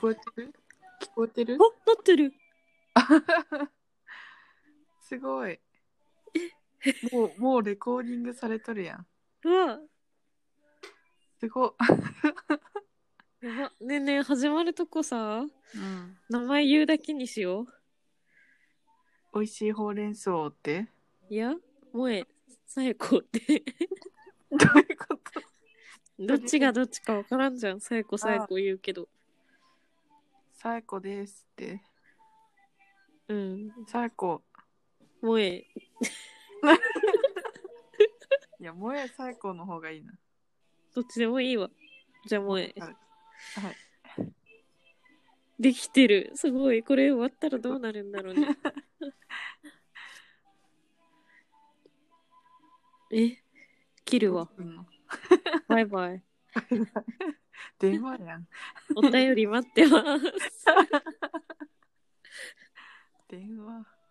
こえてる聞こえて るおなってるすごい。もう、もうレコーディングされとるやん。うわすごやばねえねえ始まるとこさい。うん。名前言うだけにしよ美味しいほうれん草ってういや萌えさやこっ て どういうことどっちがどっちかわからんじゃんさやこさやこ言うけどさえこですって。うんさえこ。萌えいや、もえさえこの方がいいな。どっちでもいいわじゃあ萌えはいはい。できてるすごいこれ終わったらどうなるんだろうねえ切るわうんバイバイ電話やん。お便り待ってます電話。